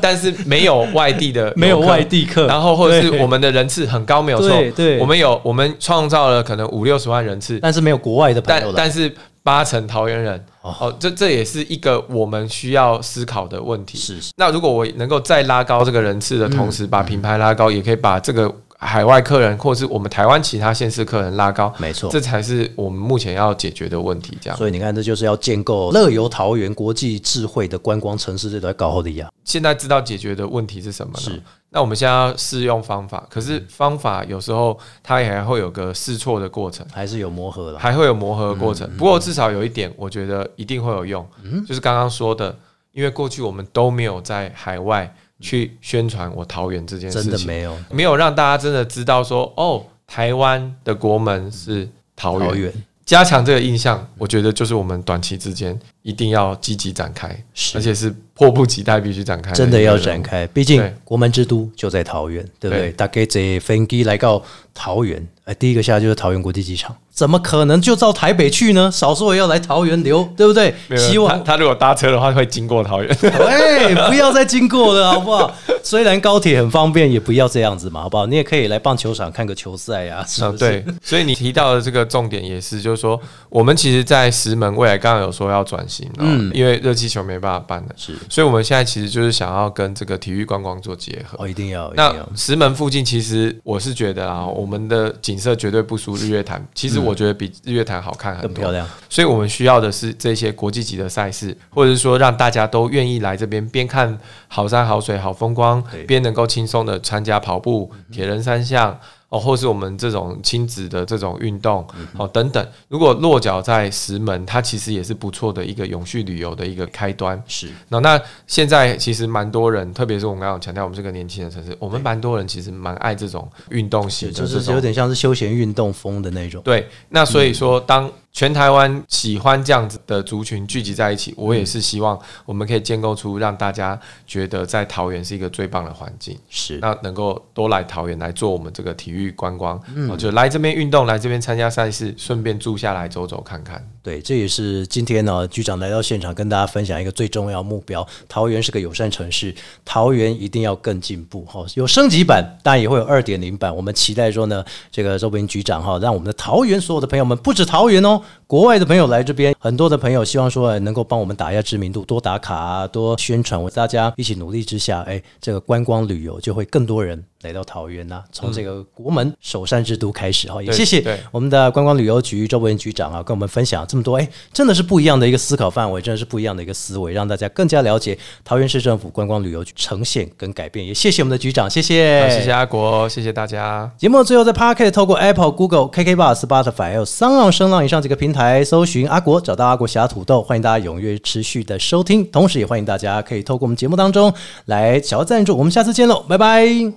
S3: 但是没有外地的，
S4: *laughs* 没有外地客
S3: 然后或者是
S4: 对
S3: 我们的人次很高，没有错
S4: 对，对
S3: 我们有我们创造了可能五六十万人次，
S4: 但是没有国外的朋
S3: 但
S4: 友来。
S3: 但是八成桃园人，
S4: 哦
S3: 哦，这这也是一个我们需要思考的问题。
S4: 是嗯是，
S3: 那如果我能够再拉高这个人次的同时，把品牌拉高，也可以把这个海外客人或是我们台湾其他县市客人拉高，
S4: 没错
S3: 这才是我们目前要解决的问题。这样，
S4: 所以你看，这就是要建构乐游桃园国际智慧的观光城市这段搞好的呀。
S3: 现在知道解决的问题是什么
S4: 是嗯
S3: 了。那我们现在要试用方法，可是方法有时候它也还会有个试错的过程，
S4: 还是有磨合了。
S3: 还会有磨合的过
S4: 嗯
S3: 程。不过至少有一点，我觉得一定会有用，就是刚刚说的，因为过去我们都没有在海外去宣传我桃园这件事
S4: 真的
S3: 情，
S4: 没有
S3: 没有让大家真的知道说，哦，台湾的国门是桃
S4: 桃
S3: 园。
S4: 园
S3: 加强这个印象，我觉得就是我们短期之间一定要积极展开，
S4: 是
S3: 而且是迫不及待必须展开，
S4: 真的要展。开，毕竟
S3: 对
S4: 国门之都就在桃园，对不对？
S3: 对
S4: 大概这飞机来到桃园，哎，第一个下就是桃园国际机场，怎么可能就到台北去呢？少说也要来桃园留，对不对？
S3: 没有
S4: 希望
S3: 他他如果搭车的话，会经过桃园。
S4: *laughs* 哎，不要再经过了，好 *laughs* 不好？虽然高铁很方便，也不要这样子嘛，好不好？你也可以来棒球场看个球赛啊，是
S3: 嗯，
S4: 不是？ *laughs*
S3: 对，所以你提到的这个重点也是，就是说，我们其实，在石门未来刚刚有说要转型、哦，
S4: 嗯
S3: 因为热气球没办法办了，
S4: 是
S3: 所以我们现在其实就是想要跟这个体育观光做结合。
S4: 哦，一定要，一定
S3: 那
S4: 要，
S3: 石门附近，其实我是觉得啊，我们的景色绝对不输日月潭，其实我觉得比日月潭好看很
S4: 嗯更
S3: 多
S4: 漂。亮，
S3: 所以我们需要的是这些国际级的赛事，或者是说让大家都愿意来这边，边看好山好水好风光
S4: 对，嗯
S3: 边能够轻松的参加跑步、铁人三项。哦，或是我们这种亲子的这种运动，
S4: 嗯
S3: 哦等等，如果落脚在石门，它其实也是不错的一个永续旅游的一个开端。
S4: 是
S3: 那那现在其实蛮多人，特别是我们刚刚有强调，我们是个年轻的城市，我们蛮多人其实蛮爱这种运动型的
S4: 就
S3: 这种，
S4: 是有点像是休闲运动风的那种。
S3: 对，那所以说，当全台湾喜欢这样子的族群聚集在一起，我也是希望我们可以建构出让大家觉得在桃园是一个最棒的环境，
S4: 是，
S3: 那能够多来桃园来做我们这个体育观光，哦就来这边运动，来这边参加赛事，顺便住下来走走看看。
S4: 对，这也是今天呢、局长来到现场跟大家分享一个最重要目标。桃园是个友善城市，桃园一定要更进步哈、有升级版，当然也会有二点零版。我们期待说呢，这个周斌局长哈、让我们的桃园所有的朋友们，不止桃园哦，国外的朋友来这边，很多的朋友希望说哎能够帮我们打一下知名度，多打卡、啊，多宣传。我大家一起努力之下，哎，这个观光旅游就会更多人来到桃园呐、从这个国门首善之都开始哈、也
S3: 对
S4: 谢谢
S3: 嗯对
S4: 我们的观光旅游局周文局长啊，跟我们分享这么多，哎，真的是不一样的一个思考范围，真的是不一样的一个思维，让大家更加了解桃园市政府观光旅游局呈现跟改变。也谢谢我们的局长，谢谢，
S3: 好谢谢。阿国，谢谢大家。
S4: 节目的最后在 Pocket 透过 Apple、Google、KK Bar、Spotify 还有三浪声浪以上几个平台搜寻阿国，找到阿国侠土豆，欢迎大家踊跃持续的收听，同时也欢迎大家可以透过我们节目当中来小额赞助，我们下次见喽，拜拜。